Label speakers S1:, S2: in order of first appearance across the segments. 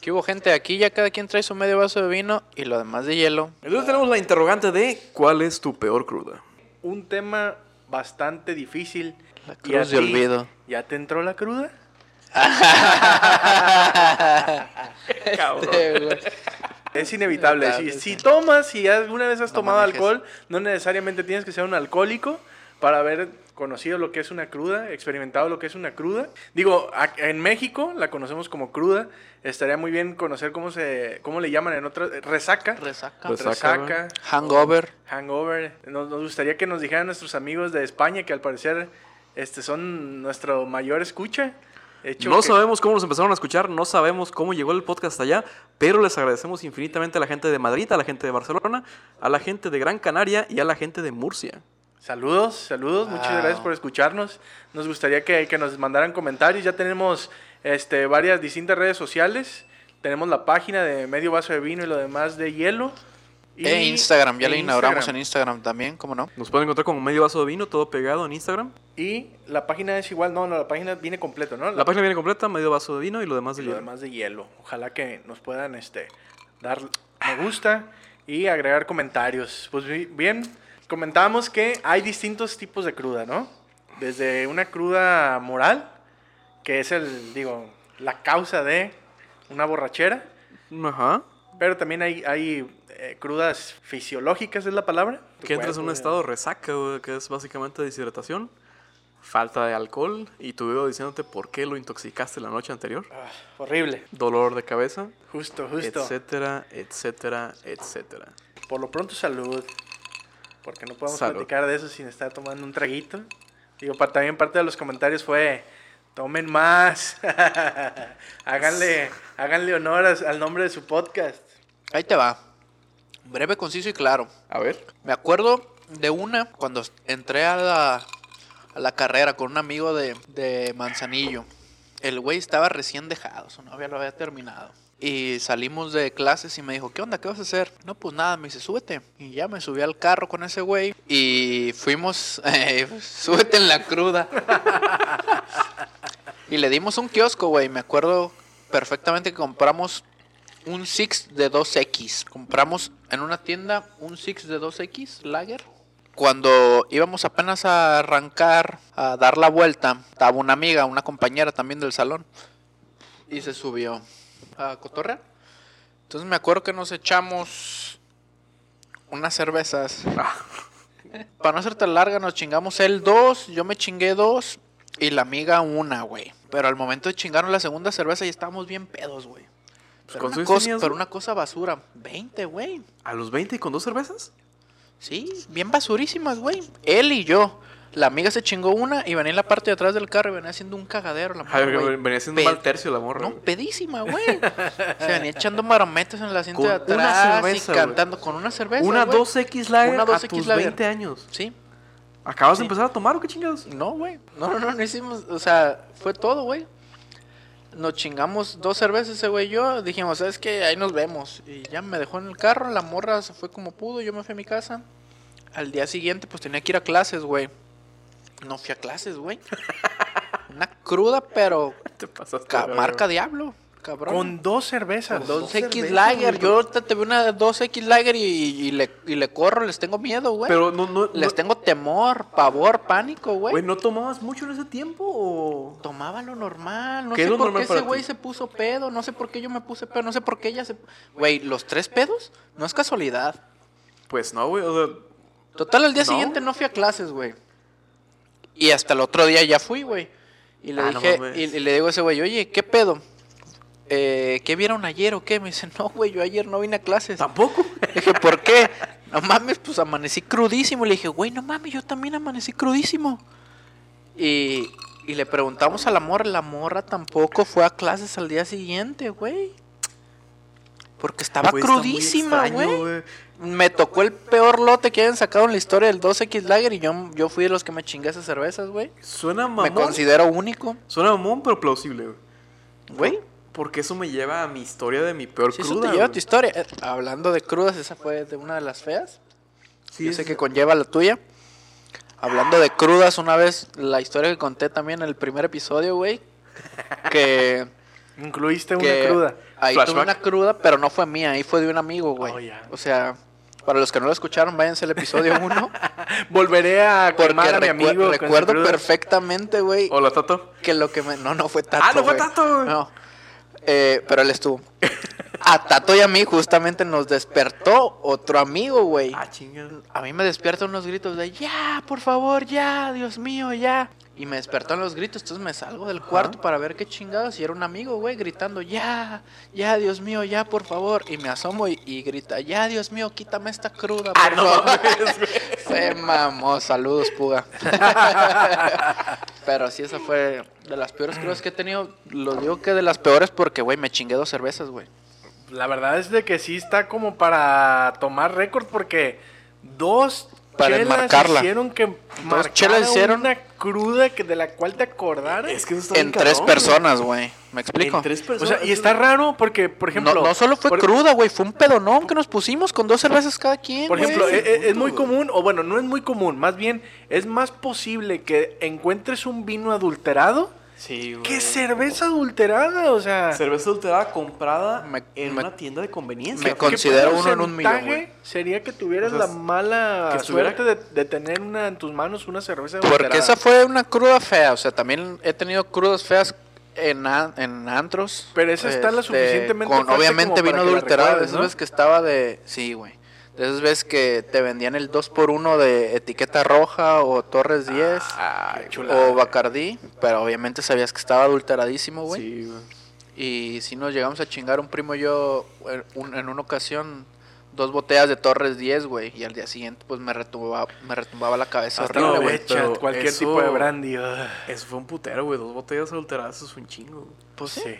S1: Que hubo gente aquí, ya cada quien trae su medio vaso de vino y lo demás de hielo.
S2: Entonces tenemos la interrogante de ¿cuál es tu peor cruda?
S3: Un tema bastante difícil.
S1: La
S3: Y a
S1: cruz de
S3: ti,
S1: olvido.
S3: ¿Ya te entró la cruda?
S1: Este, güey.
S3: Es inevitable. Si,
S1: Inevitable,
S3: si
S1: sí.
S3: tomas, si alguna vez has
S1: No
S3: tomado
S1: manejes.
S3: alcohol, no necesariamente tienes que ser un alcohólico para haber conocido lo que es una cruda, experimentado lo que es una cruda. Digo, a- en México la conocemos como cruda. Estaría muy bien conocer cómo se, cómo le llaman en otras, eh, resaca,
S1: Resaca.
S2: Pues- Resaca,
S3: resaca,
S1: Hangover.
S3: hangover. Nos, nos gustaría que nos dijeran nuestros amigos de España, que al parecer este, son nuestro mayor escucha. Hecho
S2: No
S3: que-
S2: sabemos cómo nos empezaron a escuchar, no sabemos cómo llegó el podcast hasta allá, pero les agradecemos infinitamente a la gente de Madrid, a la gente de Barcelona, a la gente de Gran Canaria y a la gente de Murcia.
S3: Saludos, saludos, muchas
S1: Wow.
S3: gracias por escucharnos. Nos gustaría que, que nos mandaran comentarios. Ya tenemos este, varias distintas redes sociales. Tenemos la página de medio vaso de vino y lo demás de hielo. Y-
S1: E Instagram, ya
S3: e
S1: le inauguramos
S3: Instagram.
S1: en Instagram también, ¿cómo no?
S2: Nos pueden encontrar como medio vaso de vino, todo pegado en Instagram.
S3: Y la página es igual, no, no, la página viene completo, ¿no?
S2: La página viene completa, medio vaso de vino y lo demás
S3: y
S2: de
S3: lo
S2: hielo.
S3: demás de hielo. Ojalá que nos puedan este, dar me gusta y agregar comentarios. Pues bi- bien, comentamos que hay distintos tipos de cruda, ¿no? Desde una cruda moral, que es el, digo, la causa de una borrachera,
S2: Ajá.
S3: pero también hay, hay eh, crudas fisiológicas, es la palabra. Tu
S2: Que entras en un
S3: cuerpo,
S2: estado de resaca, güey, que es básicamente deshidratación, falta de alcohol y tu dedo diciéndote por qué lo intoxicaste la noche anterior,
S3: ah, horrible.
S2: dolor de cabeza,
S3: Justo, justo.
S2: etcétera, etcétera, etcétera.
S3: Por lo pronto, salud. Porque no podemos
S2: Salud.
S3: platicar de eso sin estar tomando un traguito. Digo, pa- también parte de los comentarios fue: tomen más. háganle, háganle honor a- al nombre de su podcast.
S1: Ahí te va. Breve, conciso y claro.
S2: A ver.
S1: Me acuerdo de una cuando entré a la, a la carrera con un amigo de, de Manzanillo. El güey estaba recién dejado, su novia lo había terminado. Y salimos de clases y me dijo, ¿qué onda? ¿Qué vas a hacer? No, pues nada, me dice, súbete. Y ya me subí al carro con ese güey y fuimos, eh, súbete en la cruda. y le dimos un kiosco, güey. Me acuerdo perfectamente que compramos un Six de 2X. Compramos en una tienda un Six de 2X Lager. Cuando íbamos apenas a arrancar, a dar la vuelta, estaba una amiga, una compañera también del salón. Y se subió a cotorrear. Entonces me acuerdo que nos echamos unas cervezas. Para no hacerte larga, nos chingamos él dos, yo me chingué dos y la amiga una, güey. Pero al momento de chingarnos la segunda cerveza y estábamos bien pedos, güey. Pero,
S2: ¿Cuántos
S1: una
S2: años
S1: cosa,
S2: tenías,
S1: pero
S2: güey?
S1: una cosa basura. 20, güey.
S2: ¿A los 20 y con dos cervezas?
S1: Sí, bien basurísimas, güey. Él y yo. La amiga se chingó una y venía en la parte de atrás del carro y venía haciendo un cagadero. La morra,
S2: Ay,
S1: güey.
S2: venía siendo
S1: Pe-
S2: mal tercio la morra.
S1: No,
S2: güey.
S1: pedísima, güey. Se venía echando marometas en el asiento
S2: Con
S1: de
S2: una
S1: atrás
S2: cerveza,
S1: y
S2: güey.
S1: cantando con una cerveza.
S2: Una
S1: güey.
S2: 2X lager
S1: Una
S2: a
S1: 2X
S2: tus
S1: lager.
S2: 20 años.
S1: Sí.
S2: ¿Acabas
S1: Sí.
S2: de empezar a tomar o qué chingados?
S1: No, güey. No, no, no, no hicimos. O sea, fue todo, güey. Nos chingamos dos cervezas ese güey y yo. Dijimos, ¿sabes qué? Ahí nos vemos. Y ya me dejó en el carro. La morra se fue como pudo. Yo me fui a mi casa. Al día siguiente, pues tenía que ir a clases, güey. No fui a clases, güey. Una cruda, pero
S2: Te pasaste.
S1: ca-
S2: de verga,
S1: marca
S2: güey.
S1: diablo. Cabrón.
S3: Con dos cervezas.
S1: Dos x
S3: cervezas,
S1: Lager.
S3: güey.
S1: Yo ahorita te veo una 2X Lager y, y le, y le corro, les tengo miedo, güey.
S2: Pero no, no,
S1: les
S2: no-
S1: tengo temor, pavor, pánico,
S2: güey,
S1: güey.
S2: ¿no tomabas mucho en ese tiempo o...?
S1: Tomaba lo normal. No
S2: ¿Qué
S1: sé
S2: es lo
S1: por qué
S2: normal
S1: ese
S2: para
S1: güey
S2: ti?
S1: se puso pedo. No sé por qué yo me puse pedo. No sé por qué ella se. Güey, los tres pedos no es casualidad.
S2: Pues no, güey, o sea...
S1: Total, al día
S2: No.
S1: siguiente no fui a clases, güey. Y hasta el otro día ya fui, güey. Y le
S2: Ah, no
S1: dije,
S2: mames.
S1: y, y le digo a ese güey, oye, ¿qué pedo? Eh, ¿Qué vieron ayer o qué? Me dice, no, güey, yo ayer no vine a clases.
S2: ¿Tampoco?
S1: Le dije, ¿por qué? No mames, pues amanecí crudísimo. Le dije, güey, no mames, yo también amanecí crudísimo. Y, y le preguntamos a la morra, la morra tampoco fue a clases al día siguiente, güey. Porque estaba
S2: Güey, Pues, está muy
S1: crudísima,
S2: extraño,
S1: güey. Me tocó el peor lote que hayan sacado en la historia del 2X Lager y yo, yo fui de los que me chingué esas cervezas, güey.
S2: Suena
S1: Me
S2: mamón.
S1: considero único,
S2: Suena mamón, pero plausible, güey.
S1: güey.
S2: Porque eso me lleva a mi historia de mi peor
S1: Si eso
S2: cruda.
S1: te lleva a
S2: güey.
S1: tu historia. Eh, hablando de crudas, esa fue de una de las feas.
S2: Sí,
S1: yo
S2: es-
S1: sé que conlleva la tuya. Hablando de crudas, una vez la historia que conté también en el primer episodio, güey, que
S3: Incluiste una
S1: que
S3: cruda.
S1: Ahí tuve
S2: Flashback.
S1: una cruda, pero no fue mía, ahí fue de un amigo, güey.
S3: Oh, ya.
S1: O sea, para los que no lo escucharon, váyanse al episodio 1.
S3: Volveré a
S1: Porque
S3: colmar a mi
S1: recu-
S3: amigo. con
S1: recuerdo
S3: crudas.
S1: perfectamente, güey,
S2: Hola, Tato.
S1: que lo que me... No, no fue Tato,
S2: Ah, no fue
S1: güey.
S2: Tato, güey.
S1: No. Eh, pero él estuvo. A Tato y a mí justamente nos despertó otro amigo, güey.
S2: Ah, chingada.
S1: A mí me despiertan unos gritos de ya, por favor, ya, Dios mío, ya. Y me despertan los gritos, entonces me salgo del cuarto para ver qué chingados. Y era un amigo, güey, gritando ya, ya, Dios mío, ya, por favor. Y me asomo y, y grita, ya, Dios mío, quítame esta cruda,
S2: Ah,
S1: por favor". Se mamó, saludos, puga. Pero sí, esa fue de las peores crudas que he tenido. Lo digo que de las peores porque, güey, me chingué dos cervezas, güey.
S3: La verdad es de que sí está como para tomar récord porque dos
S1: Para
S3: chelas
S1: enmarcarla.
S3: hicieron que marcara
S1: chelas hicieron-
S3: una cruda que de la cual te acordaras.
S2: Es que eso está bien
S1: En tres
S2: cabrón,
S1: personas, güey. ¿Me
S2: güey.
S1: explico?
S2: En tres
S3: o
S2: personas.
S3: sea, y está raro porque, por ejemplo...
S1: no, no solo fue
S3: por-
S1: cruda, güey, fue un pedonón que nos pusimos con dos cervezas cada quien.
S3: Por
S1: güey.
S3: ejemplo,
S2: güey.
S3: e- e- es,
S2: Punto,
S3: muy
S2: güey.
S3: común, o bueno, no es muy común, más bien es más posible que encuentres un vino adulterado
S2: Sí, güey.
S3: que cerveza adulterada, o sea...
S2: Cerveza adulterada comprada
S1: Me-
S2: en
S1: me-
S2: una tienda de conveniencia.
S1: me
S2: fíjate.
S3: ¿qué
S1: considero uno en un
S3: porcentaje
S1: millón, güey.
S3: sería que tuvieras
S2: O sea,
S3: la mala
S2: que estuviera-
S3: suerte de, de tener una en tus manos una cerveza adulterada.
S1: Porque esa fue una cruda fea, o sea, también he tenido crudas feas en, a- en antros.
S3: Pero esa está lo
S1: este,
S3: suficientemente
S1: Con
S3: fuerte
S1: obviamente
S3: como para
S1: vino
S3: que la
S1: adulterado, de
S3: recuerdes,
S1: esas
S3: ¿no?
S1: veces que estaba de... Sí, güey. De esas veces que te vendían el 2x1 de etiqueta roja o Torres 10
S3: Ay, Ah, chulada,
S1: o
S3: güey.
S1: Bacardí, pero obviamente sabías que estaba adulteradísimo, güey.
S2: Sí, güey.
S1: Y si nos llegamos a chingar un primo y yo en, un- en una ocasión dos botellas de Torres 10, güey, y al día siguiente pues me retumbaba, me retumbaba la cabeza
S2: Hasta
S1: horrible,
S2: la
S1: güey.
S2: vez.
S3: Chat,
S2: pero
S3: cualquier
S2: eso-
S3: tipo de brandy. ugh.
S2: Eso fue un putero, güey. Dos botellas adulteradas, eso es un chingo. güey.
S1: Pues sí,
S3: sí.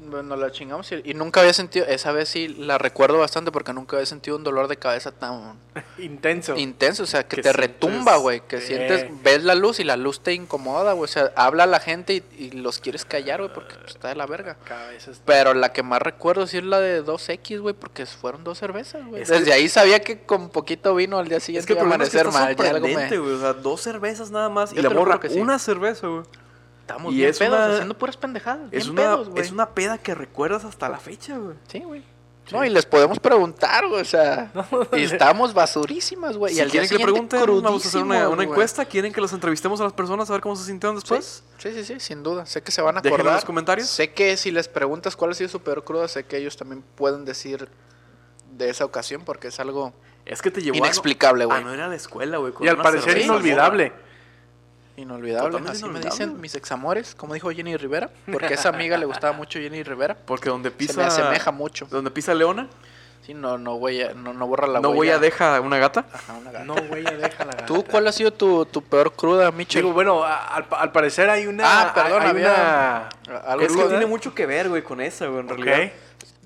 S1: nos la chingamos y, y nunca había sentido, esa vez sí la recuerdo bastante porque nunca había sentido un dolor de cabeza tan
S3: Intenso.
S1: intenso, o sea, que,
S2: Que
S1: te
S2: sientes-
S1: retumba, güey, que
S3: Eh.
S1: sientes, ves la luz y la luz te incomoda, güey, o sea, habla la gente y, y los quieres callar, güey, porque pues, está de la verga.
S3: Cabezas.
S1: Pero la que más recuerdo sí es la de 2X, güey, porque fueron dos cervezas, güey.
S2: Es
S1: Desde
S2: que-
S1: ahí sabía que con poquito vino al día
S2: Es
S1: siguiente
S2: que el
S1: iba a
S2: problema es que
S1: amanecer
S2: está
S1: mal. Ya algo me-
S2: sorprendente, güey. O sea, dos cervezas nada más.
S1: Yo
S2: y la
S1: te lo juro
S2: morra,
S1: que sí.
S2: una cerveza, güey.
S1: Estamos
S2: Y
S1: bien
S2: es
S1: pedos,
S2: una-
S1: haciendo puras pendejadas.
S2: Es
S1: bien
S2: una,
S1: pedos, güey.
S2: es una peda que recuerdas hasta la fecha, güey.
S1: Sí, güey. No, y les podemos preguntar, güey, o sea. y estamos basurísimas, güey.
S2: Si
S1: y al día
S2: quieren que le
S1: siguiente
S2: pregunten, vamos a hacer una,
S1: crudísimos,
S2: una
S1: güey.
S2: encuesta. ¿Quieren que los entrevistemos a las personas a ver cómo se sintieron después?
S1: Sí, sí, sí, sin duda. Sé que se van a
S2: Déjenlo en
S1: acordar.
S2: los comentarios.
S1: Sé que si les preguntas cuál ha sido su peor cruda, sé que ellos también pueden decir de esa ocasión porque es algo
S2: Es que te llevó
S1: Inexplicable,
S2: a,
S1: güey.
S2: no- a no ir a la escuela, güey. con
S3: Y al
S2: una
S3: parecer
S2: cerveza,
S3: inolvidable.
S1: Inolvidable,
S2: Totalmente
S1: así me
S2: inolvidable,
S1: dicen
S2: güey.
S1: mis examores, como dijo Jenny Rivera, porque a esa amiga le gustaba mucho Jenny Rivera.
S2: morra. Porque donde pisa.
S1: Se me asemeja mucho.
S2: Donde pisa Leona,
S1: Sí, no, no voy a, no, no borra la
S2: no voy
S1: huella.
S2: a dejar una gata.
S1: Ajá, una gata.
S3: No, güey, ya déjala. gata.
S1: ¿Tú cuál ha sido tu, tu peor cruda, Michel?
S3: Digo, bueno, a- al, al parecer hay una.
S1: Ah, perdón,
S3: hay
S1: había-
S3: una-
S1: Algo
S2: Es que
S1: cruda.
S2: tiene mucho que ver, güey, con esa, güey, en
S3: Ok.
S2: realidad.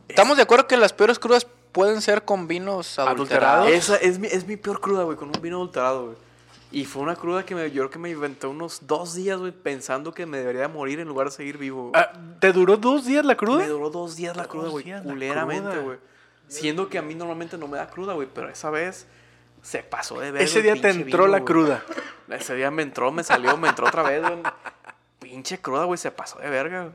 S1: Estamos de acuerdo que las peores crudas pueden ser con vinos adulterados.
S3: Adulterados.
S2: Esa es mi, es mi peor cruda, güey, con un vino adulterado, güey. Y fue una cruda que me, yo creo que me inventé unos dos días, güey, pensando que me debería morir en lugar de seguir vivo. güey.
S3: Ah, ¿Te duró dos días la cruda?
S2: Me duró dos días la cruda,
S3: Dos
S2: güey,
S3: días la
S2: culeramente,
S3: cruda.
S2: güey. Siendo que a mí normalmente no me da cruda, güey, pero esa vez se pasó de ver.
S3: Ese día te entró la cruda.
S2: Ese día me entró, me salió, me entró otra vez, güey. Pinche cruda, güey, se pasó de verga. güey.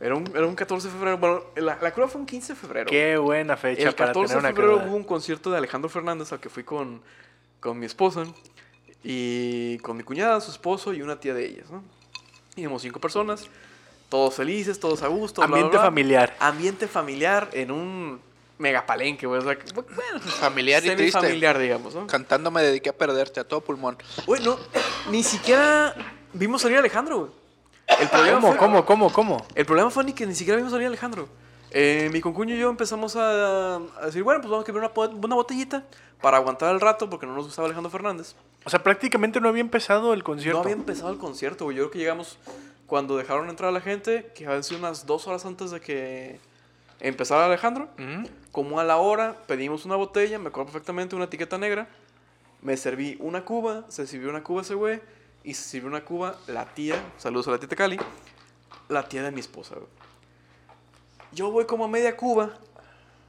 S2: Era un, era un 14 de febrero. Bueno, la, la cruda fue un 15 de febrero. güey.
S3: Qué buena fecha
S2: El
S3: para
S2: 14
S3: tener
S2: de
S3: una
S2: febrero
S3: cruda.
S2: hubo un concierto de Alejandro Fernández al que fui con, con mi esposa y con mi cuñada, su esposo y una tía de ellas, ¿no? Íbamos cinco personas, todos felices, todos a gusto. bla, bla,
S3: Ambiente
S2: bla.
S3: familiar.
S2: Ambiente familiar en un megapalenque, güey. O sea, que, bueno,
S1: Familiar y triste.
S2: familiar, digamos, ¿no?
S1: Cantando me dediqué a perderte a todo pulmón.
S2: Güey, no, ni siquiera vimos salir a Alejandro, güey. El problema
S3: ¿Cómo,
S2: fue-
S3: cómo, cómo, cómo?
S2: el problema fue ni que ni siquiera vimos salir a Alejandro. Eh, mi concuño y yo empezamos a, a decir, bueno, pues vamos a quebrar una, po- una botellita para aguantar el rato porque no nos gustaba Alejandro Fernández.
S3: O sea, prácticamente no había empezado el concierto.
S2: No había empezado el concierto, güey. Yo creo que llegamos cuando dejaron entrar a la gente, que habían sido unas dos horas antes de que empezara Alejandro.
S3: Ujú.
S2: Como a la hora, pedimos una botella, me acuerdo perfectamente, una etiqueta negra. Me serví una cuba, se sirvió una cuba ese güey, y se sirvió una cuba la tía, saludos a la tía Cali, la tía de mi esposa, güey. Yo voy como a media cuba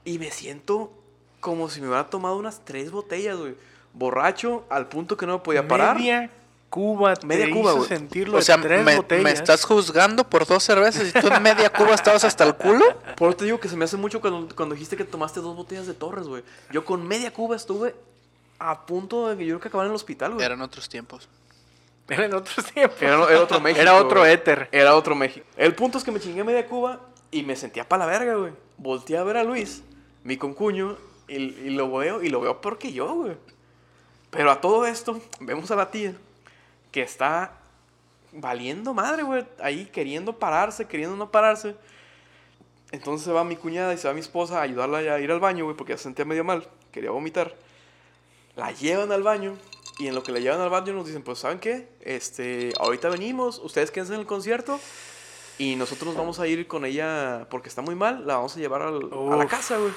S2: y me siento como si me hubiera tomado unas tres botellas, güey. Borracho, al punto que no me podía parar.
S3: Media Cuba te
S2: Media
S3: hizo
S2: Cuba, güey.
S3: sentirlo
S1: O sea,
S3: de tres
S1: me,
S3: botellas.
S1: me estás juzgando por dos cervezas y tú en media cuba estabas hasta el culo.
S2: Por eso te digo que se me hace mucho cuando, cuando dijiste que tomaste dos botellas de Torres, güey. Yo con media cuba estuve a punto de que yo creo que acabar en el hospital, güey.
S1: Eran otros tiempos.
S3: Era en otros tiempos.
S2: Era, era otro México.
S3: Era otro
S2: güey.
S3: éter.
S2: Era otro México. El punto es que me chingué media Cuba y me sentía para la verga, güey. Volté a ver a Luis, mi concuño, y, y lo veo, y lo veo peor que yo, güey. Pero a todo esto, vemos a la tía que está valiendo madre, güey. Ahí queriendo pararse, queriendo no pararse. Entonces se va mi cuñada y se va mi esposa a ayudarla a ir al baño, güey, porque ya se sentía medio mal. Quería vomitar. La llevan al baño y en lo que la llevan al baño nos dicen, pues, ¿saben qué? Este, ahorita venimos, ustedes quédense en el concierto y nosotros nos vamos a ir con ella porque está muy mal, la vamos a llevar al- a la
S3: Uf.
S2: casa, güey.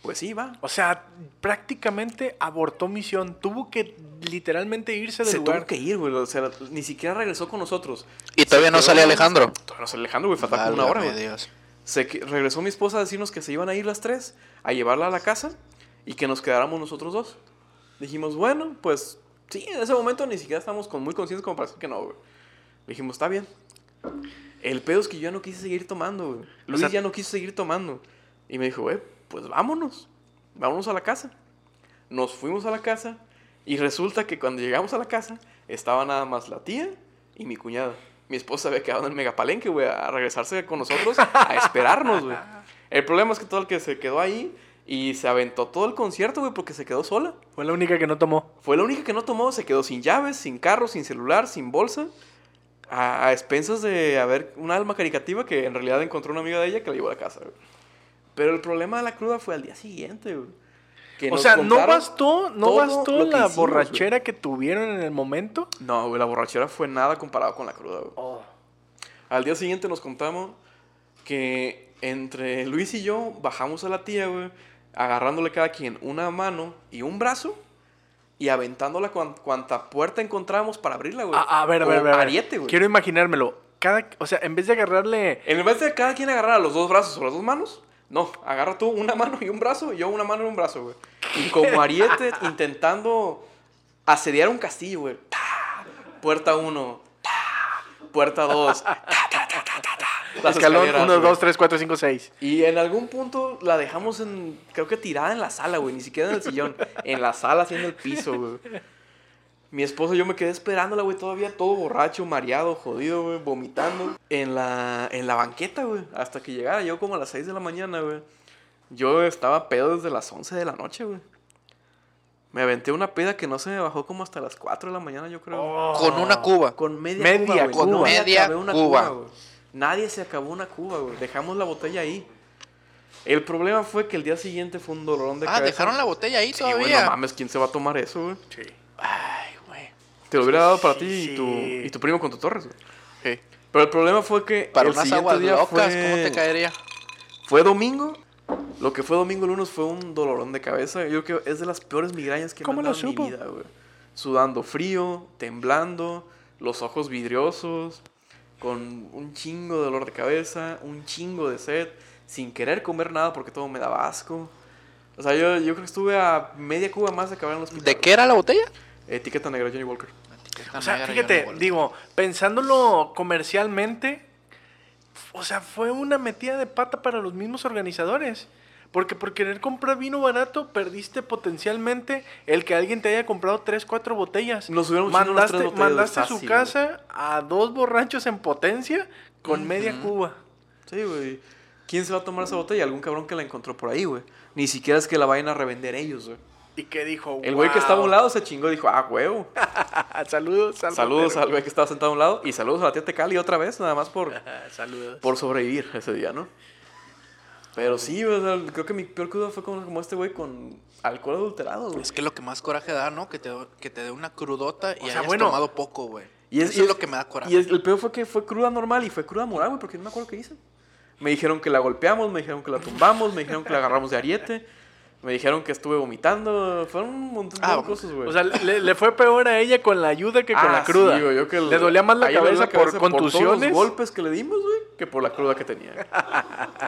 S2: Pues sí, va.
S3: O sea, prácticamente abortó misión. Tuvo que literalmente irse del
S2: Se
S3: lugar.
S2: tuvo que ir, güey. O sea, ni siquiera regresó con nosotros.
S1: Y todavía no
S2: quedó-
S1: salía Alejandro.
S2: Todavía no sale Alejandro, güey. Falta como una hora,
S1: Válgame
S2: güey.
S1: Dios.
S2: Se que- regresó mi esposa a decirnos que se iban a ir las tres a llevarla a la casa y que nos quedáramos nosotros dos. Dijimos, bueno, pues sí, en ese momento ni siquiera estábamos con muy conscientes como para decir que no, güey. Dijimos, está bien. El pedo es que yo ya no quise seguir tomando, güey. Luis
S3: sea-
S2: ya no quiso seguir tomando. Y me dijo, güey, pues vámonos. Vámonos a la casa. Nos fuimos a la casa y resulta que cuando llegamos a la casa estaba nada más la tía y mi cuñada. Mi esposa había quedado en el megapalenque, güey, a regresarse con nosotros a esperarnos, güey. El problema es que todo el que se quedó ahí y se aventó todo el concierto, güey, porque se quedó sola.
S3: Fue la única que no tomó.
S2: Fue la única que no tomó, se quedó sin llaves, sin carro, sin celular, sin bolsa. A, a expensas de haber una alma caricativa que en realidad encontró una amiga de ella que la llevó a la casa, güey. Pero el problema de la cruda fue al día siguiente, güey. Que
S3: O
S2: nos
S3: sea, no
S2: contaron-
S3: bastó, no
S2: todo
S3: bastó
S2: lo que
S3: la
S2: hicimos, güey.
S3: borrachera que tuvieron en el momento.
S2: No, güey, la borrachera fue nada comparado con la cruda, güey. Al día siguiente nos contamos que entre Luis y yo bajamos a la tía, güey, agarrándole cada quien una mano y un brazo y aventándola cuan- cuanta puerta encontramos para abrirla, güey.
S3: Ah, A, a ver, a ver, a
S2: Como
S3: ver. a ver.
S2: ariete, güey.
S3: Quiero imaginármelo. Cada, o sea, en vez de agarrarle
S2: En vez de cada quien agarrar a los dos brazos o las dos manos, no, agarra tú una mano y un brazo, y yo una mano y un brazo, güey. Y como ariete intentando asediar un castillo, güey. ¡Ta! Puerta 1, puerta 2,
S3: escalón 1, 2, 3, 4, 5, 6.
S2: Y en algún punto la dejamos en, creo que tirada en la sala, güey, ni siquiera en el sillón, en la sala, haciendo el piso, güey. Mi esposo y yo me quedé esperándola, güey, todavía todo borracho, mareado, jodido, güey, vomitando. En la, en la banqueta, güey, hasta que llegara yo como a las 6 de la mañana, güey. Yo estaba pedo desde las 11 de la noche, güey. Me aventé una peda que no se me bajó como hasta las 4 de la mañana, yo creo.
S1: Con
S3: Oh,
S1: una cuba.
S2: Con media,
S3: Media
S2: cuba, güey.
S3: Cuba.
S2: No me
S1: Media
S2: acabé una
S1: Cuba.
S2: cuba, güey. Nadie se acabó una cuba, güey. Dejamos la botella ahí. El problema fue que el día siguiente fue un dolorón de
S1: Ah,
S2: cabeza.
S1: dejaron la botella ahí
S2: Y,
S1: todavía.
S2: güey, no mames, ¿quién se va a tomar eso, güey?
S3: Sí.
S1: Ay, güey.
S2: Te lo hubiera dado para
S3: Sí,
S2: ti y,
S3: sí.
S2: tu, y tu primo con tu torres, güey.
S1: Sí.
S2: Pero el problema fue que
S1: Para
S2: el
S1: unas
S2: siguiente
S1: aguas
S2: día
S1: locas,
S2: fue...
S1: ¿cómo te caería?
S2: Fue domingo. Lo que fue domingo el lunes fue un dolorón de cabeza. Yo creo que es de las peores migrañas que
S3: ¿Cómo
S2: me
S3: lo
S2: han dado en
S3: supo?
S2: mi vida, güey. Sudando frío, temblando, los ojos vidriosos, con un chingo de dolor de cabeza, un chingo de sed, sin querer comer nada porque todo me daba asco. O sea, yo, yo creo que estuve a media cuba más de acabar en los hospital.
S1: ¿De qué era la botella?
S2: güey. Etiqueta negra, Johnny Walker.
S3: O sea, fíjate, digo, pensándolo comercialmente, o sea, fue una metida de pata para los mismos organizadores. Porque por querer comprar vino barato, perdiste potencialmente el que alguien te haya comprado tres, cuatro botellas.
S2: Nos hubiéramos chingado unas
S3: mandaste
S2: tres botellas de
S3: mandaste a su
S2: fácil,
S3: casa a dos borrachos en potencia con
S1: Ujú.
S3: media cuba.
S2: Sí, güey. ¿Quién se va a tomar esa botella? Algún cabrón que la encontró por ahí, güey. Ni siquiera es que la vayan a revender ellos, güey.
S3: Y que dijo,
S2: El güey que estaba a un
S3: "Wow".
S2: lado se chingó y dijo, ah, huevo.
S3: saludos, al
S2: Saludos al
S3: botero.
S2: güey que estaba sentado a un lado y saludos a la tía Tecali otra vez, nada más por,
S3: saludos.
S2: por sobrevivir ese día, ¿no? Pero sí, o sea, creo que mi peor cruda fue como, como este güey con alcohol adulterado, güey.
S1: Es que lo que más coraje da, ¿no? Que te, que te dé una crudota y
S3: sea,
S1: hayas
S3: bueno.
S1: tomado poco, güey.
S2: Y es-
S1: Eso
S2: y
S1: es
S2: es-
S1: lo que me da coraje.
S2: Y es- el peor fue que fue cruda normal y fue cruda moral, güey, porque no me acuerdo qué hice. Me dijeron que la golpeamos, me dijeron que la tumbamos, me dijeron que la agarramos de ariete, me dijeron que estuve vomitando, fueron un montón
S1: Ah,
S2: de cosas, güey.
S3: O sea, le, le fue peor a ella con la ayuda que con
S2: Ah,
S3: la cruda.
S2: sí, güey, yo que
S3: le dolía más la
S2: ahí le dolía
S3: cabeza, por
S2: todos los
S3: contusiones.
S2: golpes que le dimos, güey, que por la cruda que tenía.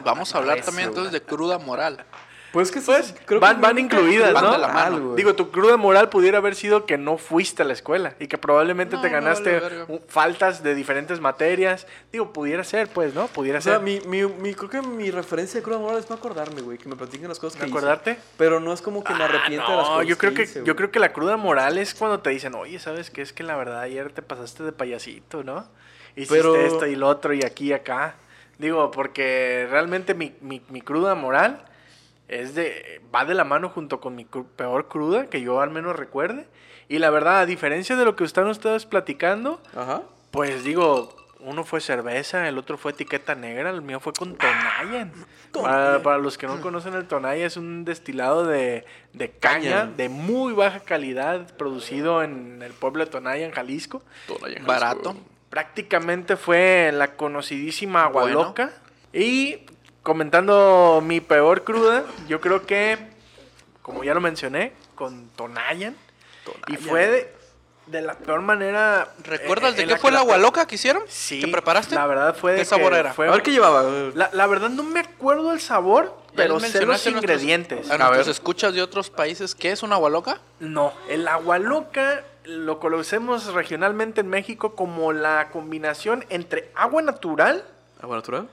S1: Vamos a hablar
S2: Ah, Eso,
S1: también entonces de cruda moral.
S2: Pues que
S3: Pues, van, van incluidas,
S1: van
S3: ¿no?
S1: de la mano.
S2: Algo.
S3: Digo, tu cruda moral pudiera haber sido que no fuiste a la escuela y que probablemente
S1: No,
S3: te
S1: me
S3: ganaste
S1: vale verga.
S3: u- faltas de diferentes materias. Digo, pudiera ser, pues, ¿no? Pudiera
S2: O sea,
S3: ser.
S2: mi, mi, mi- creo que mi referencia de cruda moral es no acordarme, güey. Que me platiquen las cosas que hice.
S3: ¿Acordarte? Ah,
S2: Pero no es como que me arrepienta de las
S3: No,
S2: cosas
S3: yo creo que
S2: hice,
S3: yo
S2: güey.
S3: creo que la cruda moral es cuando te dicen, "Oye, ¿sabes qué? Es que la verdad ayer te pasaste de payasito, ¿no? Hiciste
S2: Pero-
S3: esto y lo otro y aquí y acá." Digo, porque realmente mi, mi- mi cruda moral es de va de la mano junto con mi cru- peor cruda que yo al menos recuerde y la verdad, a diferencia de lo que están ustedes platicando,
S2: Ajá.
S3: pues digo, uno fue cerveza, el otro fue etiqueta negra, el mío fue con Tonayan.
S1: Ah,
S3: Para, para los que no conocen el Tonayan, es un destilado de, de caña,
S2: Caña.
S3: de muy baja calidad, producido en el pueblo de Tonayan, Jalisco.
S1: Barato.
S3: Prácticamente fue la conocidísima agua
S1: Bueno.
S3: loca. Y comentando mi peor cruda, yo creo que, como ya lo mencioné, con Tonayan. Y fue de, de la peor manera.
S1: ¿Recuerdas
S3: eh,
S1: de
S3: en
S1: qué
S3: que
S1: fue la
S3: pe-
S1: agua loca que hicieron?
S3: Sí.
S1: ¿Que preparaste?
S3: La verdad fue de
S1: ¿Qué sabor
S3: que
S1: era?
S3: fue-
S2: A ver qué llevaba.
S3: La, la verdad no me acuerdo el sabor,
S1: Ya
S3: pero
S1: les
S3: sé los
S1: mencionaste a nuestros-
S3: ingredientes.
S1: A,
S2: A
S1: nuestros
S2: ver.
S1: escuchas de otros países, ¿qué es una agua loca?
S3: No, el agua loca lo conocemos regionalmente en México como la combinación entre agua natural,
S2: ¿Agua natural?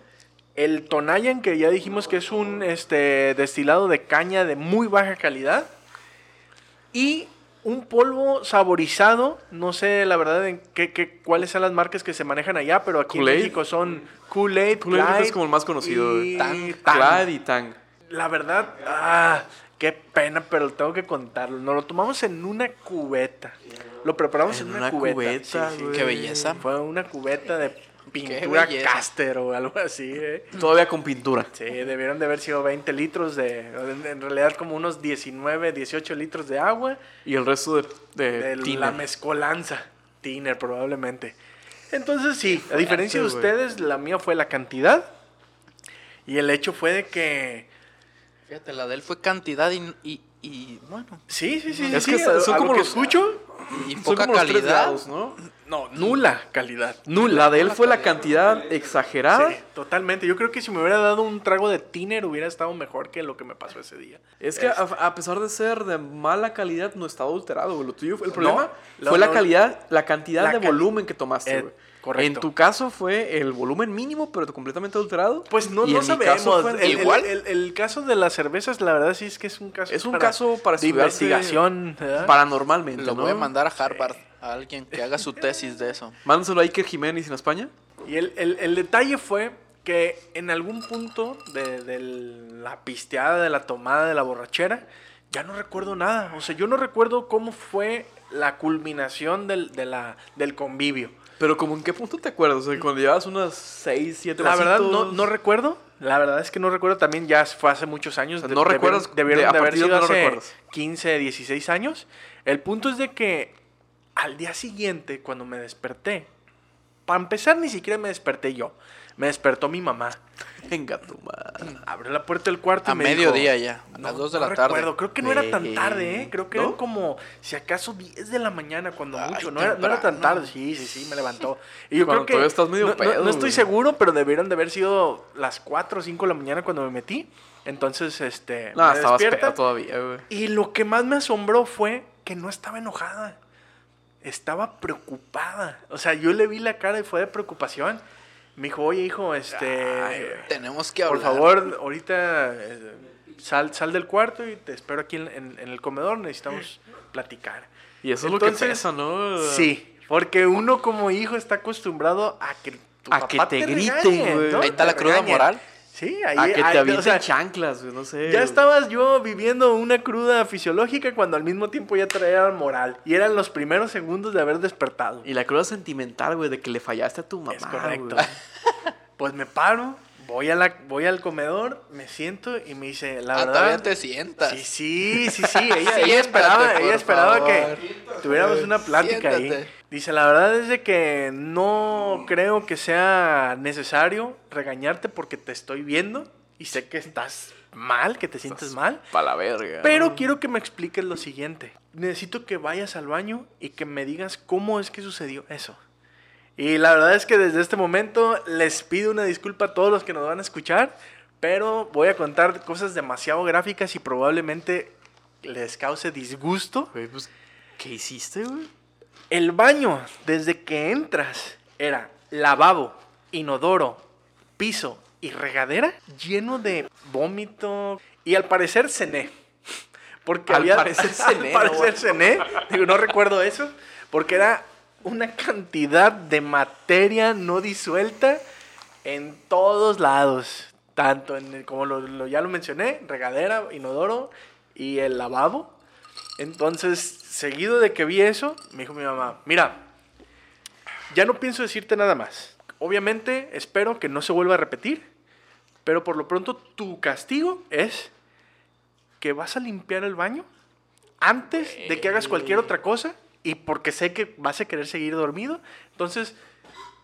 S3: el tonayan que ya dijimos que es un este destilado de caña de muy baja calidad y un polvo saborizado, no sé la verdad en qué, qué- cuáles son las marcas que se manejan allá, pero aquí en
S2: Kool-Aid.
S3: México son
S2: Kool-Aid
S3: Kool-Aid,
S2: creo que es
S3: Clyde
S2: como el más conocido,
S3: y
S2: eh.
S3: Tang.
S2: Clyde y Tang.
S3: La verdad, ah, qué pena, pero tengo que contarlo. Nos lo tomamos en una cubeta. Lo preparamos en,
S2: En
S3: una,
S2: una
S3: cubeta.
S2: cubeta,
S3: sí, sí.
S2: güey.
S1: Qué belleza.
S3: Fue una cubeta de pintura
S1: belleza.
S3: caster o algo así, eh.
S2: Todavía con pintura.
S3: Sí, debieron de haber sido 20 litros de. En en realidad, como unos 19, 18 litros de agua.
S2: Y el resto de, de,
S3: De
S2: tina.
S3: la mezcolanza. Tiner, probablemente. Entonces, sí, a diferencia de
S2: fuerte, güey.
S3: ustedes, la mía fue la cantidad. Y el hecho fue de que.
S1: Fíjate, la de él fue cantidad y, y, y, bueno,
S3: Sí, sí, sí.
S2: Es
S3: sí,
S2: que
S3: sí,
S2: son
S3: a- a lo
S2: como
S3: que
S2: los-
S3: escucho.
S1: y
S2: Son
S1: poca
S2: como los tres
S1: calidad.
S2: lados, ¿no?
S3: No, nula calidad.
S2: Nula. La de él fue la cantidad exagerada.
S3: Sí, totalmente. Yo creo que si me hubiera dado un trago de tiner hubiera estado mejor que lo que me pasó ese día.
S2: Es
S3: ah,
S2: que a,
S3: Este.
S2: a pesar de ser de mala calidad, no estaba adulterado, güey. Lo tuyo, el problema
S3: lo-
S2: fue la
S3: lo-
S2: calidad, la cantidad
S3: la
S2: de
S3: ca-
S2: volumen que tomaste,
S3: Eh,
S2: güey.
S3: correcto.
S2: En tu caso fue el volumen mínimo, pero completamente adulterado.
S3: Pues no,
S2: Y
S3: no
S2: en mi caso
S3: sabemos.
S2: fue-
S3: El, el-
S2: igual.
S3: El, el caso de las cervezas, la verdad sí es que es un caso.
S2: Es un
S3: para-
S2: caso para
S3: de
S2: estudiarse
S3: investigación. ¿verdad?
S2: paranormalmente,
S1: Lo
S2: ¿no?
S1: voy a mandar a Harvard, a alguien que haga su tesis de eso.
S2: Mándaselo a Iker Jiménez en España.
S3: Y el, el- el detalle fue que en algún punto de, de la pisteada, de la tomada, de la borrachera, ya no recuerdo nada. O sea, yo no recuerdo cómo fue la culminación del, de la, del convivio.
S2: Pero como en qué punto te acuerdas? O sea, cuando llevabas unas 6, 7
S3: La verdad, no, no recuerdo. La verdad es que no recuerdo. También ya fue hace muchos años.
S2: O sea,
S3: de-
S2: no
S3: debieron-
S2: recuerdas
S3: Debieron
S2: de- a
S3: de haber
S2: partir de
S3: sido
S2: no
S3: hace
S2: recuerdas.
S3: 15, 16 años. El punto es de que al día siguiente, cuando me desperté, para empezar, ni siquiera me desperté yo. Me despertó mi mamá.
S2: Venga, tu madre.
S3: Abrió la puerta del cuarto y
S1: A
S3: me
S1: mediodía
S3: dijo,
S1: ya, a
S3: "No,
S1: las 2 de
S3: no
S1: la tarde.
S3: recuerdo, Creo que no era tan
S2: Ve.
S3: tarde, ¿eh? Creo que
S2: ¿No?
S3: eran como, si acaso, 10 de la mañana, cuando
S1: Ay,
S3: mucho. No era, no era tan
S1: temprano.
S3: tarde. Sí, sí, sí, me levantó. Y yo
S2: Cuando
S3: creo que.
S2: todavía estás medio
S3: no, no-
S2: pedo,
S3: no estoy
S2: güey.
S3: seguro, pero debieron de haber sido las 4 o 5 de la mañana cuando me metí. Entonces, este.
S2: No,
S3: me
S2: estabas
S3: despierta.
S2: pedo todavía, güey.
S3: Y lo que más me asombró fue que no estaba enojada. Estaba preocupada. O sea, yo le vi la cara y fue de preocupación. Me dijo, oye, hijo, este.
S1: Tenemos que
S3: Por
S1: hablar.
S3: favor, ahorita eh, sal, sal del cuarto y te espero aquí en, en- en el comedor. Necesitamos platicar.
S2: Y eso es lo que
S3: Entonces,
S2: pesa, ¿no?
S3: Sí, porque uno como hijo está acostumbrado a que tu
S2: A que te griten,
S3: regañe,
S2: güey.
S1: Ahí está
S3: Te
S1: la cruda
S3: regañen.
S1: moral.
S3: Sí, ahí
S2: a que
S3: ahí-
S2: te
S3: o
S2: avienten
S3: sea,
S2: chanclas, güey, no sé.
S3: ya
S2: güey.
S3: estaba yo viviendo una cruda fisiológica cuando al mismo tiempo ya traía moral. Y eran los primeros segundos de haber despertado.
S2: Y la cruda sentimental, güey, de que le fallaste a tu mamá.
S3: Es correcto.
S2: güey.
S3: Pues me paro, voy, a la, voy al comedor, me siento y me dice, la
S1: Ah,
S3: verdad...
S1: todavía te sientas.
S3: Sí, sí, sí, sí. Ella,
S1: Siéntate,
S3: ella esperaba,
S1: por
S3: ella esperaba
S1: favor.
S3: que tuviéramos una plática ahí.
S1: Siéntate.
S3: Dice, la verdad es de que no creo que sea necesario regañarte porque te estoy viendo y sé que estás mal, que te sientes mal.
S2: Pa' la verga.
S3: Pero quiero que me expliques lo siguiente. Necesito que vayas al baño y que me digas cómo es que sucedió eso. Y la verdad es que desde este momento les pido una disculpa a todos los que nos van a escuchar, Pero voy a contar cosas demasiado gráficas y probablemente les cause disgusto.
S2: Güey, pues, ¿qué hiciste, güey?
S3: El baño, desde que entras, era lavabo, inodoro, piso y regadera lleno de vómito. Y al parecer cené. Porque
S2: Al
S3: había.
S2: parecer cené,
S3: al
S2: no,
S3: parecer
S2: güey.
S3: cené. Digo, no recuerdo eso. Porque era una cantidad de materia no disuelta en todos lados. Tanto en el- como lo- lo- ya lo mencioné, regadera, inodoro y el lavabo. Entonces, seguido de que vi eso, me dijo mi mamá, mira, ya no pienso decirte nada más. Obviamente, espero que no se vuelva a repetir, pero por lo pronto tu castigo es que vas a limpiar el baño antes de que hagas cualquier otra cosa y porque sé que vas a querer seguir dormido, entonces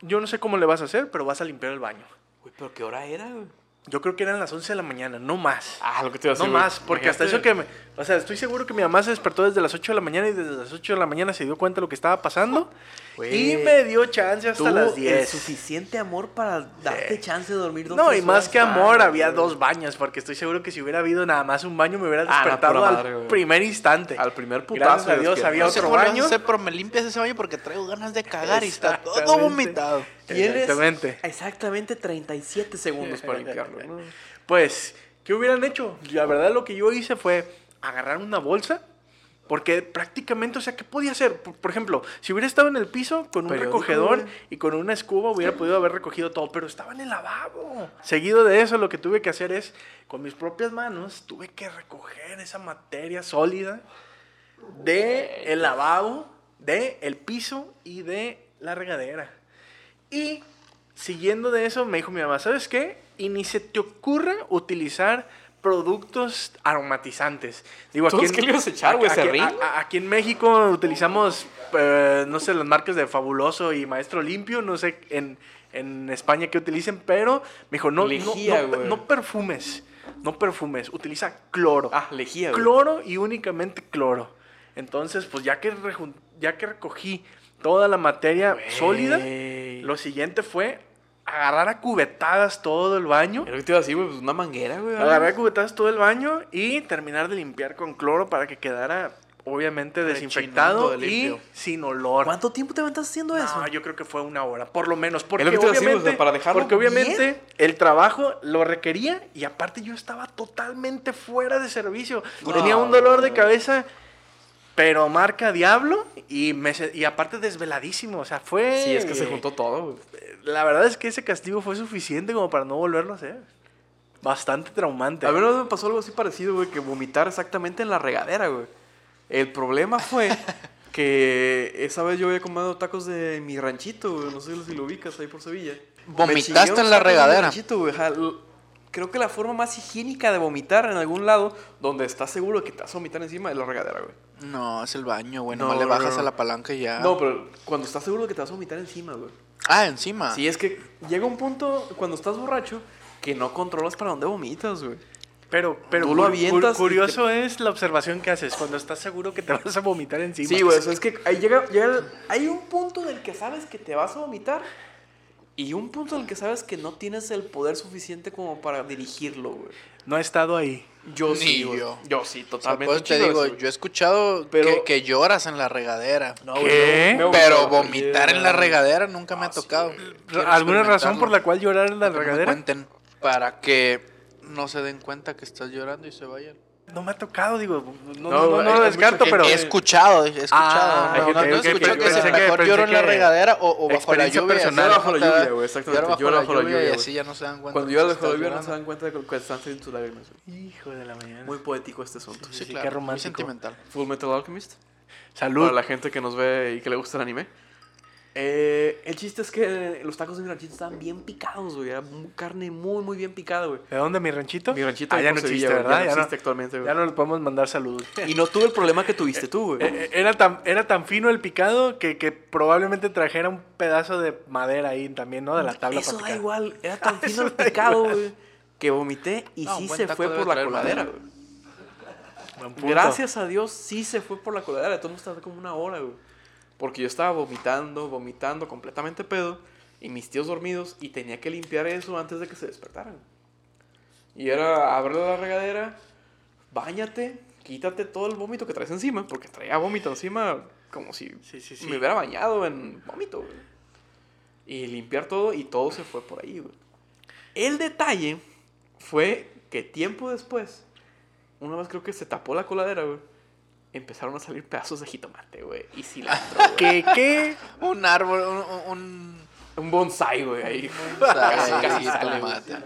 S3: yo no sé cómo le vas a hacer, pero vas a limpiar el baño.
S2: Güey, pero ¿qué hora era, güey?
S3: Yo creo que eran las 11 de la mañana, no más.
S2: Ah, lo que te iba a
S3: No
S2: decir. güey.
S3: más, porque hasta eso
S2: Imagínate.
S3: que me... O sea, estoy seguro que mi mamá se despertó desde las 8 de la mañana y desde las 8 de la mañana se dio cuenta de lo que estaba pasando.
S2: Güey,
S3: y me dio chance hasta
S2: Tuvo
S3: las
S2: el
S3: 10.
S2: suficiente amor para darte chance de dormir dos
S3: No, y
S2: tres
S3: más
S2: horas.
S3: que amor,
S2: Ah,
S3: había
S2: güey.
S3: dos baños, porque estoy seguro que si hubiera habido nada más un baño me hubieras
S2: Ah, la
S3: despertado
S2: pura
S3: al
S2: madre, güey.
S3: primer instante.
S2: Al primer putazo.
S3: Gracias a
S2: de
S3: Dios
S2: despierta.
S3: había
S1: No sé
S3: otro
S1: cómo le vas a
S3: baño.
S1: hacer, pero me limpias ese baño porque traigo ganas de cagar y está todo
S3: Exactamente.
S1: vomitado.
S2: Tienes
S3: Exactamente.
S2: Exactamente 37 segundos para limpiarlo, ¿no?
S3: Pues, ¿qué hubieran hecho? La verdad lo que yo hice fue agarrar una bolsa. Porque prácticamente, o sea, ¿qué podía hacer? Por, por ejemplo, si hubiera estado en el piso con un
S2: Periódico,
S3: recogedor
S2: güey.
S3: y con una escoba hubiera podido haber recogido todo, pero estaba en el lavabo. Seguido de eso, lo que tuve que hacer es, con mis propias manos, tuve que recoger esa materia sólida de el lavabo, de el piso y de la regadera. Y siguiendo de eso, me dijo mi mamá, ¿sabes qué? Y ni se te ocurra utilizar productos aromatizantes. Digo,
S2: Entonces, ¿qué le ibas a echar, güey?
S3: aquí-
S2: ¿Serrín?
S3: a- a- Aquí en México utilizamos, eh, no sé, las marcas de Fabuloso y Maestro Limpio, no sé en, en España qué utilicen, pero me dijo, no, no-
S2: Lejía,
S3: no pe-
S2: güey.
S3: no perfumes, no perfumes, utiliza cloro
S2: Ah, lejía, güey.
S3: cloro y únicamente cloro. Entonces, pues ya que, rejun- ya que recogí toda la materia
S2: Güey.
S3: sólida, lo siguiente fue agarrar a cubetadas todo el baño.
S2: Era lo que te iba a decir, güey, pues una manguera, güey.
S3: Agarrar a cubetadas todo el baño y terminar de limpiar con cloro para que quedara obviamente desinfectado
S1: de
S3: y
S1: limpio.
S3: sin olor.
S2: ¿Cuánto tiempo te aventas haciendo eso?
S3: No, yo creo que fue una hora, por lo menos. Porque
S2: lo que te iba a decir,
S3: obviamente,
S2: o sea, para dejarlo
S3: porque obviamente el trabajo lo requería y aparte yo estaba totalmente fuera de servicio.
S2: No,
S3: Tenía un dolor de
S2: no.
S3: cabeza, pero marca Diablo y, me, se- y aparte desveladísimo. O sea, fue.
S2: Sí, es que se juntó todo, güey.
S3: La verdad es que ese castigo fue suficiente como para no volverlo a hacer. Bastante traumante.
S2: A mí una vez me pasó algo así parecido, güey, que vomitar exactamente en la regadera, güey. El problema fue que esa vez yo había comido tacos de mi ranchito, güey. No sé si lo ubicas ahí por Sevilla. Me
S1: Vomitaste
S2: chingué unos tacos
S1: en la
S2: de mi
S1: regadera.
S2: ranchito, güey, ajá. L- Creo que la forma más higiénica de vomitar en algún lado donde estás seguro de que te vas a vomitar encima es la regadera, güey.
S1: No, es el baño, güey.
S2: No,
S1: Nomás le
S2: no,
S1: bajas
S2: no.
S1: a la palanca y ya.
S2: No, pero cuando estás seguro de que te vas a vomitar encima, güey.
S1: Ah, encima.
S2: Sí, es que llega un punto cuando estás borracho que no controlas para dónde vomitas, güey.
S3: pero, pero
S2: tú lo
S3: cur-
S2: avientas y
S3: curioso es la observación que haces cuando estás seguro que te vas a vomitar encima.
S2: Sí, güey, o sea, es que ahí llega, llega el- hay un punto en el que sabes que te vas a vomitar y un punto en el que sabes que no tienes el poder suficiente como para dirigirlo, güey.
S3: No he estado ahí.
S2: Yo
S1: Ni
S2: sí, güey.
S1: yo.
S2: Yo sí,
S1: O sea,
S2: totalmente.
S1: pues te
S2: chido
S1: digo,
S2: eso, güey.
S1: yo he escuchado
S2: Pero-
S1: que, que lloras en la regadera.
S2: No, güey,
S3: ¿Qué?
S2: ¿Eh? me- me
S1: pero
S2: vomitaba,
S1: vomitar en la
S2: güey.
S1: regadera nunca me
S2: Ah,
S1: ha
S2: sí,
S1: tocado.
S2: güey.
S1: Quiero
S3: ¿Alguna razón por
S1: experimentarlo.
S3: la cual llorar en la
S1: Que no me
S3: regadera?
S1: cuenten para que no se den cuenta que estás llorando y se vayan.
S3: No me ha tocado, digo, no,
S2: No,
S3: no, no,
S2: hay-
S3: no
S2: hay
S3: lo
S2: mucha
S3: descarto,
S2: gente
S3: pero...
S1: he escuchado, he escuchado.
S3: Ah,
S1: no,
S3: ok,
S1: no, no he
S3: ok,
S1: escuchado que
S3: pensé
S1: se
S3: que-
S1: mejor
S3: pensé
S1: lloro en la
S3: que-
S1: regadera o, o bajo la
S3: experiencia
S1: lluvia.
S3: personal.
S1: así,
S2: Bajo la
S1: no te da-
S2: lluvia, güey, exactamente.
S1: lloro bajo,
S2: Lloro
S1: la, lluvia, y así ya no se dan cuenta.
S2: Cuando
S1: que
S2: yo la
S1: estás
S2: juego no se
S1: llorando.
S2: dan cuenta de que que están saliendo tus lágrimas. güey.
S3: Hijo de la mañana.
S2: Muy poético este asunto.
S1: Sí,
S3: qué
S1: claro, muy
S3: romántico.
S1: sentimental.
S2: Full Metal Alchemist.
S3: Salud.
S2: Para la gente que nos ve y que le gusta el anime. Eh, el chiste es que los tacos de mi ranchito estaban bien picados, güey. Era mu- carne muy, muy bien picada, güey.
S3: ¿De dónde mi ranchito?
S2: Mi ranchito
S3: Ah,
S2: ahí
S3: ya no
S2: por
S3: existe,
S2: Sevilla, güey,
S3: ¿verdad?
S2: Ya no
S3: Ya no,
S2: existe actualmente, güey.
S3: ya no le podemos mandar saludos.
S2: Y no tuve el problema que tuviste tú, güey.
S3: Eh, eh, Era tan, era tan fino el picado que, que probablemente trajera un pedazo de madera ahí también, ¿no? De la tabla
S2: Eso
S3: para
S2: da
S3: picar.
S2: igual. Era tan fino el picado, güey. Que vomité y
S1: No, un
S2: sí
S1: buen
S2: se
S1: taco
S2: fue
S1: debe
S2: por la
S1: traer
S2: coladera,
S1: madera.
S2: güey.
S3: Buen punto.
S2: Gracias a Dios sí se fue por la coladera. Todo mundo como una hora, güey. Porque yo estaba vomitando, vomitando, completamente pedo. Y mis tíos dormidos. Y tenía que limpiar eso antes de que se despertaran. Y era abre la regadera, bañate, quítate todo el vómito que traes encima, porque traía vómito encima como si
S3: Sí, sí, sí.
S2: me hubiera bañado en vómito, güey. Y limpiar todo y todo se fue por ahí, güey. El detalle fue que tiempo después, una vez creo que se tapó la coladera, güey, empezaron a salir pedazos de jitomate, güey, y cilantro, güey.
S3: ¿Qué, qué?
S1: Un árbol, un... un-
S2: Un bonsai, güey, ahí.
S1: un-
S2: Casi,
S1: sabe,
S2: casi
S1: y
S2: sale, güey.
S1: tomate.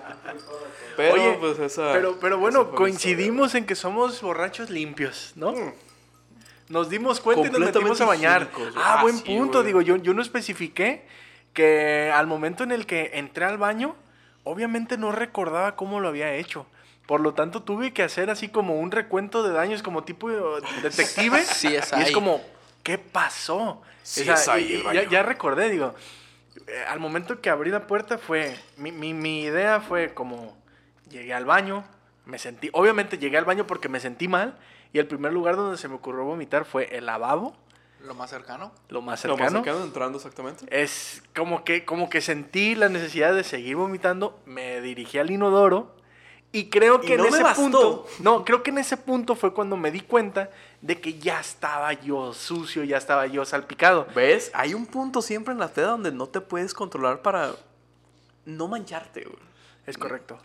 S2: Pero,
S3: Oye,
S2: pues, esa...
S3: Pero, pero
S2: esa
S3: bueno,
S2: fue mi
S3: coincidimos en que somos borrachos limpios, ¿no?
S2: Mm.
S3: Nos dimos cuenta y nos metimos
S2: Completamente
S3: a bañar.
S2: higiénicos, güey.
S3: Ah,
S2: Ah,
S3: buen
S2: sí,
S3: punto.
S2: güey.
S3: Digo, yo, yo no especifiqué que al momento en el que entré al baño, obviamente no recordaba cómo lo había hecho. Por lo tanto, tuve que hacer así como un recuento de daños como tipo eh, detective.
S1: Sí, es
S3: Y es
S1: ahí.
S3: como, ¿qué pasó?
S2: Sí, es ahí
S3: y-
S2: el
S3: y
S2: baño.
S3: ya, ya recordé, digo, eh, al momento que abrí la puerta fue, mi, mi- mi idea fue como, llegué al baño, me sentí, obviamente llegué al baño porque me sentí mal, y el primer lugar donde se me ocurrió vomitar fue el lavabo,
S1: Lo más cercano.
S3: lo más
S2: Lo
S3: cercano.
S2: más cercano entrando exactamente.
S3: Es como que, como que sentí la necesidad de seguir vomitando, me dirigí al inodoro y creo
S2: Y
S3: que
S2: no
S3: en
S2: me
S3: ese
S2: bastó.
S3: punto, no, creo que en ese punto fue cuando me di cuenta de que ya estaba yo sucio, ya estaba yo salpicado.
S2: ¿Ves? Hay un punto siempre en la peda donde no te puedes controlar para no mancharte, güey. Mm.
S3: Es correcto.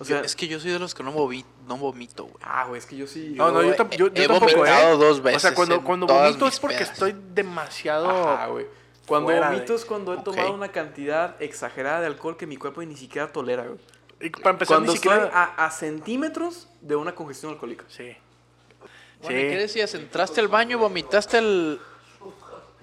S2: O sea,
S1: es que yo soy de los que no, movi- no vomito, güey.
S2: ah, güey, es que yo sí.
S3: No, no, yo, tam- yo- yo
S1: he
S3: tampoco, ¿eh?
S1: vomitado dos
S3: O sea,
S1: veces
S3: cuando,
S1: en
S3: cuando
S1: todas
S3: vomito
S1: mis
S3: es porque
S1: pedas.
S3: estoy demasiado...
S2: Ajá, güey. Cuando
S3: Fuera
S2: vomito
S3: de-
S2: es cuando he
S1: Ok.
S2: tomado una cantidad exagerada de alcohol que mi cuerpo ni siquiera tolera, güey.
S3: Y para empezar,
S2: Cuando
S3: ni siquiera...
S2: estoy a, a centímetros de una congestión alcohólica.
S3: Sí.
S1: Bueno,
S3: Sí.
S1: ¿y ¿qué decías? ¿Entraste al baño, vomitaste el...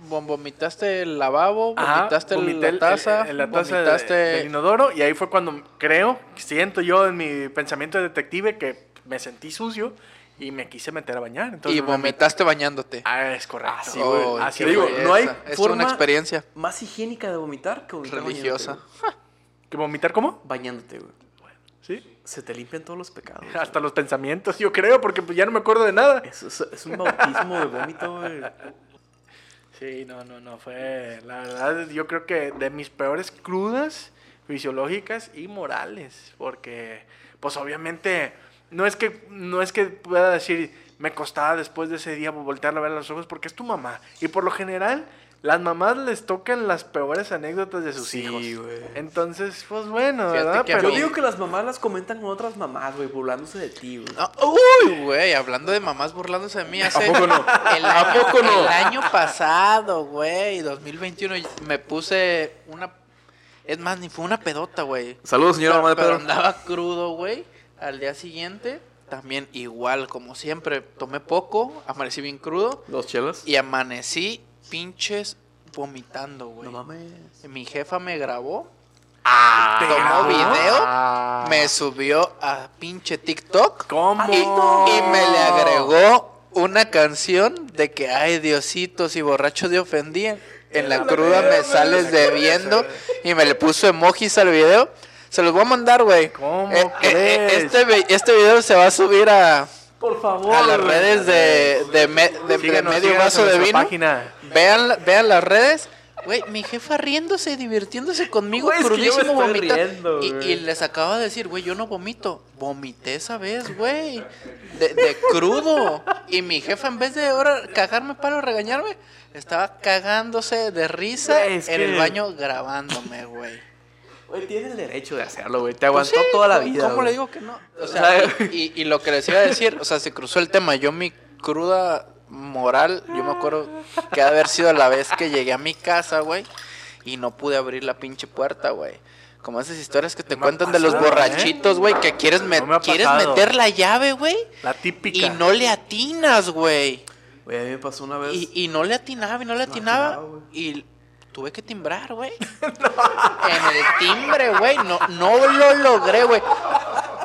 S1: vom- Vomitaste el lavabo,
S3: Ajá,
S1: vomitaste el-
S3: vomité el-
S1: la taza,
S3: el- el- la taza de-
S1: vomitaste...
S3: del inodoro y ahí fue cuando creo, siento yo en mi pensamiento de detective que me sentí sucio y me quise meter a bañar. Entonces
S1: y
S3: me
S1: vomitaste bañándote.
S3: metí- Ah, es correcto.
S2: sí, güey.
S1: Ay,
S3: Así
S1: qué
S2: digo,
S1: belleza.
S2: no hay
S1: Oh, es
S2: forma-
S1: una experiencia
S2: Más higiénica de vomitar que vomitar
S1: religiosa.
S3: ¿Que vomitar cómo?
S2: Bañándote, güey. Bañándote, güey.
S3: Sí.
S2: Se te limpian todos los pecados. güey.
S3: Hasta los pensamientos, yo creo, porque pues ya no me acuerdo de nada.
S2: Es, es- es un bautismo de vómito, güey.
S3: Sí, no, no, no, fue, la verdad, yo creo que de mis peores crudas fisiológicas y morales, porque, pues obviamente, no es que, no es que pueda decir, me costaba después de ese día voltearla a ver a los ojos, porque es tu mamá, y por lo general, las mamás les tocan las peores anécdotas de sus
S2: Sí,
S3: hijos,
S2: güey.
S3: entonces, pues bueno,
S1: Fíjate
S3: ¿verdad?
S1: que a
S3: Pero,
S1: mí-
S2: Yo digo que las mamás las comentan con otras mamás, güey, burlándose de ti, güey.
S1: Ah, uy, güey, hablando de mamás burlándose de mí hace...
S2: poco no?
S1: El,
S2: ¿A poco no?
S1: el año pasado, güey, 2021, me puse una... Es más, ni fue una pedota, güey.
S2: Saludos, señora mamá de
S1: pero
S2: Pedro.
S1: andaba crudo, güey. Al día siguiente, también igual, como siempre, tomé poco, amanecí bien crudo
S2: Dos chelas.
S1: y amanecí pinches vomitando, güey.
S2: No mames.
S1: Mi jefa me grabó,
S3: ¿te
S1: tomó
S3: grabó?
S1: video,
S3: Ah.
S1: me subió a pinche TikTok
S3: ¿Cómo?
S1: y, y me le agregó una canción de que, ay, Diosito, si borracho te ofendí, en- en la cruda me sales debiendo y me le puso emojis al video. Se los voy a mandar, güey.
S3: ¿Cómo
S1: Eh, eh, eh,
S3: crees?
S1: este, vi- este video se va a subir a,
S2: Por favor.
S1: a las redes de, de, me- de- de
S3: Síganos,
S1: medio
S3: síganos
S1: vaso
S3: en
S1: de vino.
S3: nuestra página.
S1: Vean, la- vean las redes. Güey, mi jefa riéndose y divirtiéndose conmigo,
S2: Güey, es que yo me
S1: crudísimo,
S2: estoy
S1: vomita-
S2: riendo,
S1: y,
S2: güey.
S1: y les acababa de decir, güey, yo no vomito. Vomité esa vez, güey. De, de crudo. Y mi jefa, en vez de ahora cagarme para regañarme, estaba cagándose de risa
S2: Güey, es
S1: en
S2: que-
S1: el baño grabándome, güey.
S2: Güey, tienes el derecho de hacerlo, güey. Te
S1: Pues
S2: aguantó
S1: sí,
S2: toda la
S1: ¿cómo-
S2: vida.
S1: ¿Cómo
S2: güey.
S1: le digo que no? O sea,
S2: O sea,
S1: y, y- y lo que les iba a decir, o sea, se cruzó el tema. Yo, mi cruda moral, yo me acuerdo que ha de haber sido la vez que llegué a mi casa, güey, y no pude abrir la pinche puerta, güey. Como esas historias que te
S3: No me ha
S1: cuentan de los
S3: pasado, ¿eh?
S1: borrachitos, güey, que quieres, met-
S3: No me ha
S1: quieres
S3: pasado.
S1: meter la llave, güey,
S3: La típica.
S1: y no le atinas, güey.
S2: Güey, a mí me pasó una vez.
S1: Y, y no le atinaba y no le atinaba.
S2: atinaba, güey.
S1: y tuve que timbrar, güey. En el timbre, güey. No, no lo logré, güey.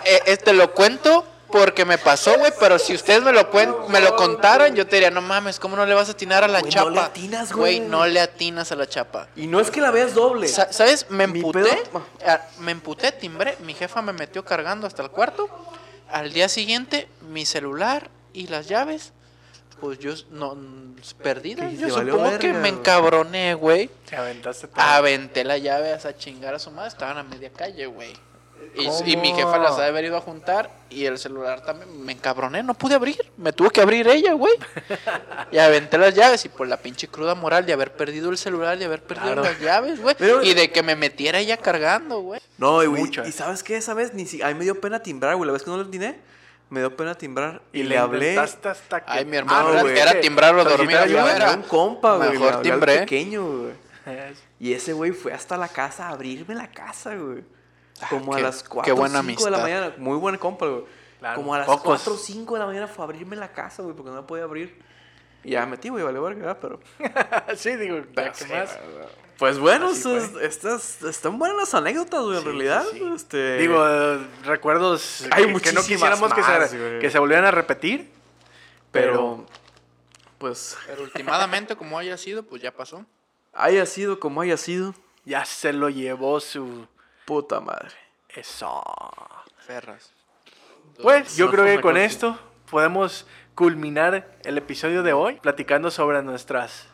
S1: Eh, eh, te lo cuento porque me pasó, güey. Pero si ustedes me lo, cuen- me lo contaran, yo te diría, no mames, ¿cómo no le vas a atinar a la
S2: Güey, no
S1: chapa?
S2: le atinas, güey.
S1: no le atinas a la chapa.
S2: Y no es que la veas doble.
S1: Sa- ¿Sabes? Me
S2: Mi
S1: emputé.
S2: pedo-
S1: ah, Me emputé, timbré. Mi jefa me metió cargando hasta el cuarto. Al día siguiente, mi celular y las llaves. Pues yo s- no n- perdidas.
S2: Sí,
S1: Yo
S2: te valió
S1: supongo que
S2: verga,
S1: me
S2: güey.
S1: encabroné, güey.
S3: Te aventaste todo.
S1: Aventé la llave hasta chingar a su madre. Estaban a media calle, güey. Y,
S3: ¿Cómo?
S1: y mi jefa las ha de haber ido a juntar y el celular también me encabroné, no pude abrir, me tuve que abrir ella, güey. y aventé las llaves y por la pinche cruda moral de haber perdido el celular, de haber perdido
S3: Claro.
S1: las llaves, güey.
S2: Pero-
S1: Y de que me metiera ella cargando, güey.
S2: No, y, güey,
S3: Muchas.
S2: ¿y sabes qué? Esa vez ni si... A mí me dio pena timbrar, güey. La vez que no le atiné, me dio pena timbrar. Y, le hablé.
S3: inventaste hasta que-
S1: Ay, mi
S2: Ah,
S1: hermano,
S2: güey.
S1: era, era timbrar o
S2: Pero si
S1: dormir.
S2: estaba
S1: yo
S2: yo,
S1: era-
S2: era un compa, güey.
S1: Mejor
S2: le hablé al
S1: timbré.
S2: pequeño, güey.
S3: Es-
S2: Y ese güey fue hasta la casa a abrirme la casa, güey.
S1: Ah,
S2: Como
S1: qué-
S2: a las
S1: qué
S2: 4 o 5
S1: buena
S2: de la
S1: amistad.
S2: mañana. Muy buen compa, güey.
S3: Claro,
S2: Como a las
S3: pocos.
S2: 4 o 5 de la mañana fue a abrirme la casa, güey, porque no la podía abrir. Y ya me metí, güey, vale, verga, ¿verdad? pero...
S3: sí, digo, ya que
S2: Sí,
S3: más.
S2: Pues bueno,
S3: Así fue.
S2: estas, estas- están buenas las anécdotas, güey, en
S3: Sí,
S2: realidad.
S3: sí, sí.
S2: Este...
S3: Digo, eh, recuerdos
S2: Hay
S3: que- que no
S2: muchísimas
S3: quisiéramos que,
S2: más,
S3: se,
S2: güey.
S3: que se volvieran a repetir.
S2: pero... Pues
S1: Pero últimamente, como haya sido, pues ya pasó.
S2: haya sido como haya sido,
S3: Ya se lo llevó su...
S2: puta madre.
S3: Eso.
S1: Ferras.
S3: Pues yo
S2: No
S3: creo
S2: fue
S3: que con
S2: mejor.
S3: esto podemos culminar el episodio de hoy platicando sobre nuestras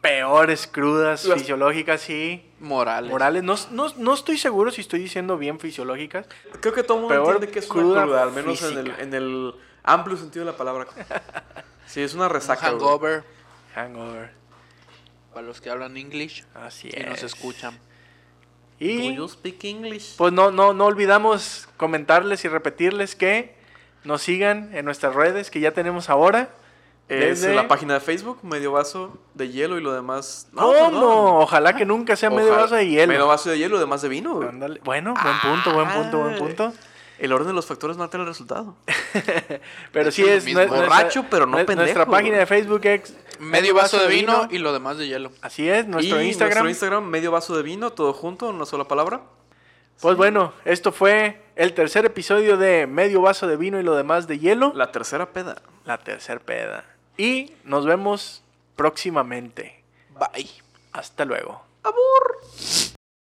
S3: peores crudas
S2: Las-
S3: fisiológicas y
S1: Morales.
S3: morales. No, no, no estoy seguro si estoy diciendo bien fisiológicas.
S2: Creo que todo el mundo
S3: Peor
S2: entiende que es una
S3: cruda
S2: cruda, al menos en el,
S3: física.
S2: en el amplio sentido de la palabra. Sí, es una
S1: Un
S2: resaca. güey.
S1: Hangover,
S3: Hangover.
S1: para los que hablan English
S3: Así
S1: y
S3: es.
S1: nos escuchan.
S2: Do
S3: Y
S2: you speak English?
S3: pues no, no, no olvidamos comentarles y repetirles que nos sigan en nuestras redes que ya tenemos ahora.
S2: Es
S3: Desde-
S2: la página de Facebook, medio vaso de hielo y lo demás.
S3: ¿Cómo?
S2: perdón.
S3: Ojalá que nunca sea medio
S2: Ojalá-
S3: vaso de hielo.
S2: Medio vaso de hielo, demás de vino. güey.
S3: Ándale. Bueno, buen punto, buen punto, buen punto.
S2: El orden de los factores no altera el resultado.
S3: Pero
S1: Es
S3: sí
S1: lo
S3: es
S1: mismo.
S3: nue- nuestra-
S2: Borracho, pero no
S3: nue- Nuestra
S2: pendejo,
S3: página
S2: güey.
S3: de Facebook es
S1: Medio vaso de vino y lo demás de hielo.
S3: Así es, nuestro
S2: Y
S3: Instagram.
S2: Nuestro Instagram, medio vaso de vino, todo junto, en una sola palabra.
S3: Pues bueno, esto fue el tercer episodio de Medio Vaso de Vino y lo demás de hielo.
S2: La tercera peda.
S3: La tercer peda. Y nos vemos próximamente.
S1: Bye.
S3: Hasta luego.
S2: Amor.